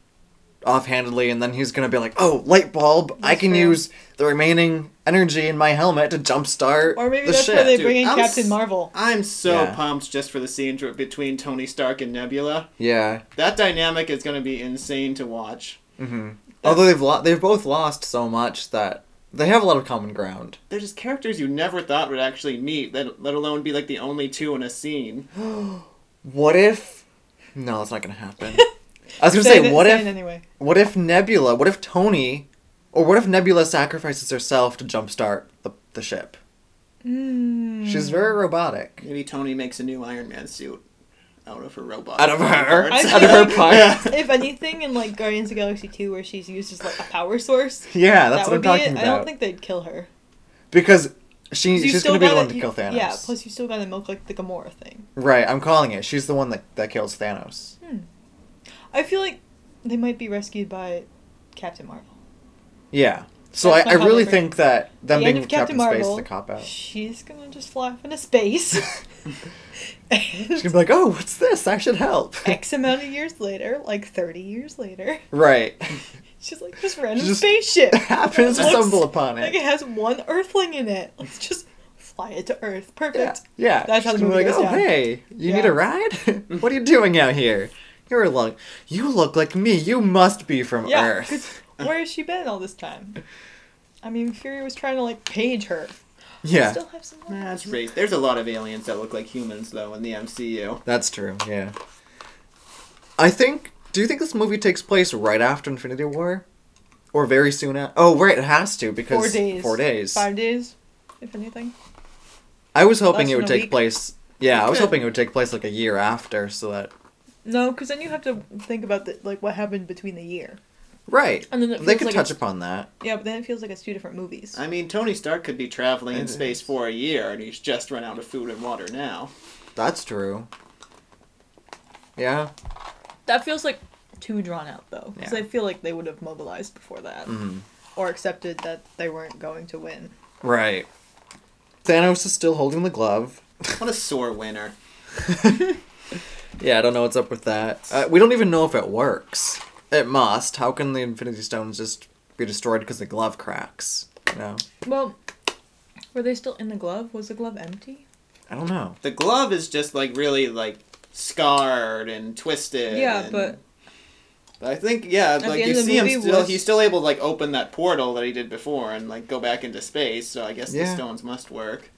S2: offhandedly, and then he's going to be like, "Oh, light bulb! I
S3: That's
S2: can
S3: fair.
S2: use the remaining energy in my helmet to jumpstart."
S3: Or maybe
S2: the
S3: that's
S2: ship.
S3: where they
S4: Dude,
S3: bring in
S4: I'm
S3: Captain
S4: s-
S3: Marvel.
S4: I'm so
S2: Yeah.
S4: pumped just for the scene to- between Tony Stark and Nebula.
S2: Yeah.
S4: That dynamic is going to be insane to watch.
S2: Although they've lo- they've both lost so much that they have a lot of common ground.
S4: They're just characters you never thought would actually meet, let, let alone be like the only two in a scene.
S2: What if No, that's not gonna happen. I was gonna
S3: Say
S2: say,
S3: it-
S2: what
S3: say it
S2: if
S3: anyway?
S2: what if Nebula? What if Tony? Or what if Nebula sacrifices herself to jumpstart the the ship?
S3: Mm.
S2: She's very robotic.
S4: Maybe Tony makes a new Iron Man suit out of her robot.
S2: Out of her,
S4: parts.
S3: I
S2: out of her
S3: feel
S2: part.
S4: Yeah.
S3: If anything, in like Guardians of the Galaxy Two, where she's used as like a power source,
S2: Yeah, that's what
S3: that
S2: I'm
S3: would be
S2: talking
S3: it.
S2: about.
S3: I don't think they'd kill her.
S2: because she
S3: 'Cause you
S2: she's
S3: still
S2: gonna be the
S3: gotta-
S2: one to
S3: you-
S2: kill Thanos.
S3: Yeah. Plus, you still got to milk like the Gamora thing.
S2: right, I'm calling it. She's the one that that kills Thanos.
S3: Hmm. I feel like they might be rescued by Captain Marvel.
S2: Yeah. So I,
S3: That's
S2: I
S3: my
S2: really
S3: Hellblazer.
S2: think that them
S3: the
S2: being
S3: end of
S2: Space
S3: Captain, Marvel,
S2: is a cop out.
S3: she's gonna just fly off into space.
S2: She's
S3: and
S2: gonna be like, oh, what's this? I should help.
S3: X amount of years later, like thirty years later,
S2: right.
S3: she's like this random
S2: just
S3: spaceship
S2: Happens to
S3: Looks
S2: stumble upon
S3: Like
S2: it.
S3: it has one Earthling in it. Let's just fly it to Earth.
S2: Yeah.
S3: Perfect.
S2: yeah.
S3: That's how
S2: She's
S3: the
S2: gonna be
S3: movie
S2: like,
S3: goes
S2: oh,
S3: down.
S2: hey, you need
S3: Yeah.
S2: a ride? what are you doing out here? You're like, you look like me. You must be from
S3: Yeah.
S2: Earth.
S3: 'cause Where has she been all this time? I mean, Fury was trying to like page her.
S2: Yeah.
S3: Still have some.
S4: Nah, That's race. There's a lot of aliens that look like humans though in the MCU.
S2: That's true. Yeah. I think. Do you think this movie takes place right after Infinity War, or very soon after? Oh, right, it has to because
S3: Four days.
S2: Four days.
S3: Five days, if anything.
S2: I was hoping
S3: Less
S2: it
S3: than
S2: would
S3: a
S2: take
S3: week.
S2: place. Yeah, I was
S4: Okay.
S2: hoping it would take place like a year after, so that
S3: No, because then you have to think about the, like what happened between the year.
S2: right.
S3: And then it
S2: they
S3: feels
S2: could
S3: like
S2: touch
S3: it's-
S2: upon that.
S3: Yeah, but then it feels like it's two different movies.
S4: I mean, Tony Stark could be traveling in
S2: It
S4: space
S2: is.
S4: for a year, and he's just run out of food and water now.
S2: That's true. Yeah.
S3: That feels like too drawn out though, because
S2: Yeah.
S3: I feel like they would have mobilized before that, or accepted that they weren't going to win.
S2: Right. Thanos is still holding the glove.
S4: What a sore winner.
S2: Yeah, I don't know what's up with that. Uh, we don't even know if it works. It must. How can the Infinity Stones just be destroyed because the glove cracks? You know?
S3: Well, were they still in the glove? Was the glove empty?
S2: I don't know.
S4: The glove is just like really like scarred and twisted.
S3: yeah,
S4: and-
S3: but
S4: But I think yeah,
S3: the
S4: like
S3: end
S4: you
S3: of the
S4: see him
S3: movie
S4: still.
S3: was-
S4: He's still able to like open that portal that he did before and like go back into space. So I guess
S2: Yeah.
S4: the stones must work.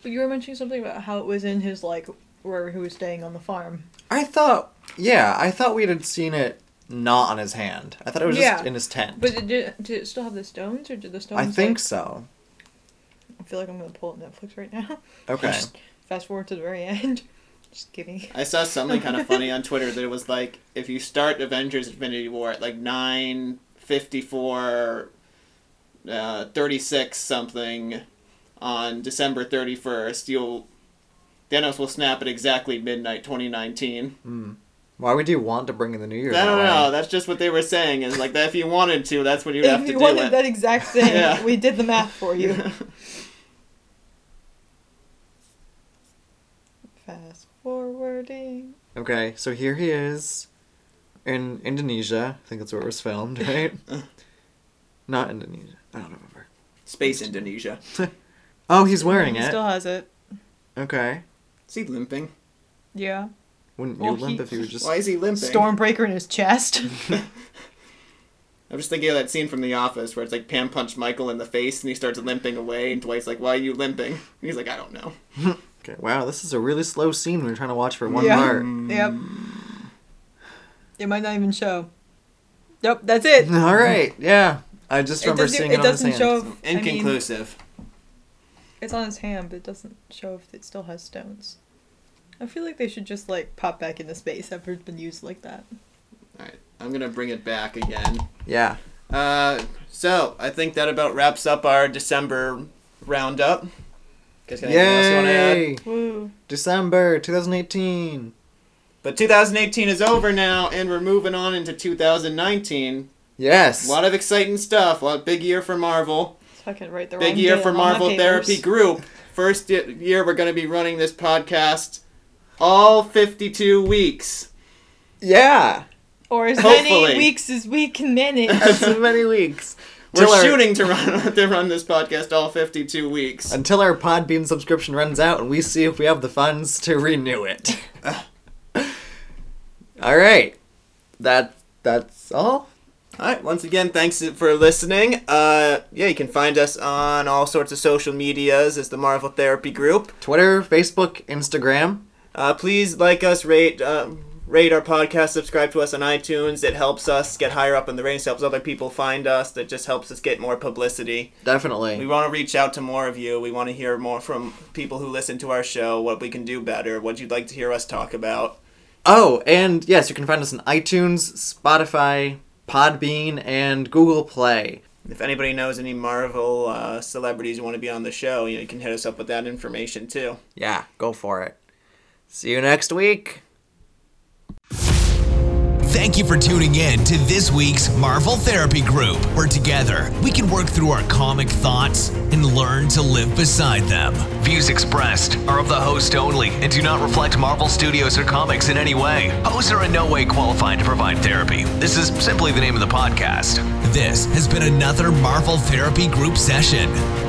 S3: but you were mentioning something about how it was in his like where he was staying on the farm.
S2: I thought, yeah, I thought we had seen it not on his hand. I thought it was
S3: Yeah.
S2: just in his tent.
S3: But did it, did it still have the stones, or did the stones?
S2: I think
S3: like-
S2: so.
S3: I feel like I'm gonna pull up Netflix right now.
S2: Okay.
S4: Just-
S3: Fast forward to the very end. Just kidding.
S4: I saw something kind of funny on Twitter that it was like if you start Avengers Infinity War at like 9 54 uh, 36 something on December 31st, you'll Thanos will snap at exactly midnight 2019.
S2: Why would you want to bring in the New Year?
S4: I
S2: that
S4: don't
S2: way?
S4: know. That's just what they were saying. Is like that if you wanted to, that's what you'd have
S3: if
S4: to
S3: you
S4: do.
S3: wanted
S4: it.
S3: that exact thing,
S4: Yeah.
S3: we did the math for you. Fast forwarding.
S2: Okay, so here he is in Indonesia. I think that's where it was filmed, right? Not Indonesia. I don't remember.
S4: Space Indonesia.
S2: Oh, he's wearing it.
S3: Still has it.
S2: Okay.
S4: Is he limping?
S3: Yeah.
S2: Wouldn't
S3: Well,
S2: you limp
S3: he-
S2: if you were just.
S4: Why is he limping?
S3: Stormbreaker in his chest.
S4: I'm just thinking of that scene from The Office where it's like Pam punched Michael in the face and he starts limping away and Dwight's like, "Why are you limping?" And he's like, "I don't know."
S2: Okay, wow, this is a really slow scene we are trying to watch for one
S3: Yeah. Mm.
S2: part.
S3: yep. It might not even show. Nope, that's it.
S2: All right, yeah. I just
S3: It
S2: remember
S3: doesn't,
S2: seeing
S3: it
S2: it, on his
S3: doesn't
S2: hand.
S3: show. If, I mean, it's on his hand, but it doesn't show if it still has stones. I feel like they should just like pop back into space after it's been used like that.
S4: All right, I'm gonna bring it back again.
S2: Yeah.
S4: Uh, so I think that about wraps up our December roundup. Guys, got anything else you wanna add?
S2: Yay!
S3: Woo.
S2: December 2018.
S4: But 2018 is over now, and we're moving on into 2019.
S2: Yes.
S4: A lot of exciting stuff. A lot big year for Marvel.
S3: So I can write the
S4: Big
S3: wrong
S4: year
S3: date
S4: for
S3: on my
S4: Marvel Therapy
S3: papers.
S4: Group. First y- year we're going to be running this podcast all 52 weeks.
S2: yeah.
S3: Or as
S4: Hopefully.
S3: many weeks as we can manage.
S2: so many weeks.
S4: We're
S2: Till our-
S4: shooting to run to run this podcast all 52 weeks.
S2: until our Podbean subscription runs out and we see if we have the funds to renew it. all right. That that's all.
S4: All right. Once again, thanks for listening. Uh, yeah, you can find us on all sorts of social medias as the Marvel Therapy Group.
S2: Twitter, Facebook, Instagram.
S4: Uh, please like us, rate, uh, rate our podcast, subscribe to us on iTunes. It helps us get higher up in the ratings, helps other people find us. That just helps us get more publicity. We
S2: Definitely.
S4: want to reach out to more of you. We want to hear more from people who listen to our show, what we can do better, what you'd like to hear us talk about.
S2: Oh, and yes, you can find us on iTunes, Spotify, Podbean, and Google Play.
S4: If anybody knows any Marvel uh, celebrities who want to be on the show, you, know, you can hit us up with that information too.
S2: Yeah, go for it. See you next week.
S1: Thank you for tuning in to this week's Marvel Therapy Group, where together we can work through our comic thoughts and learn to live beside them. Views expressed are of the host only and do not reflect Marvel Studios or comics in any way. Hosts are in no way qualified to provide therapy. This is simply the name of the podcast. This has been another Marvel Therapy Group session.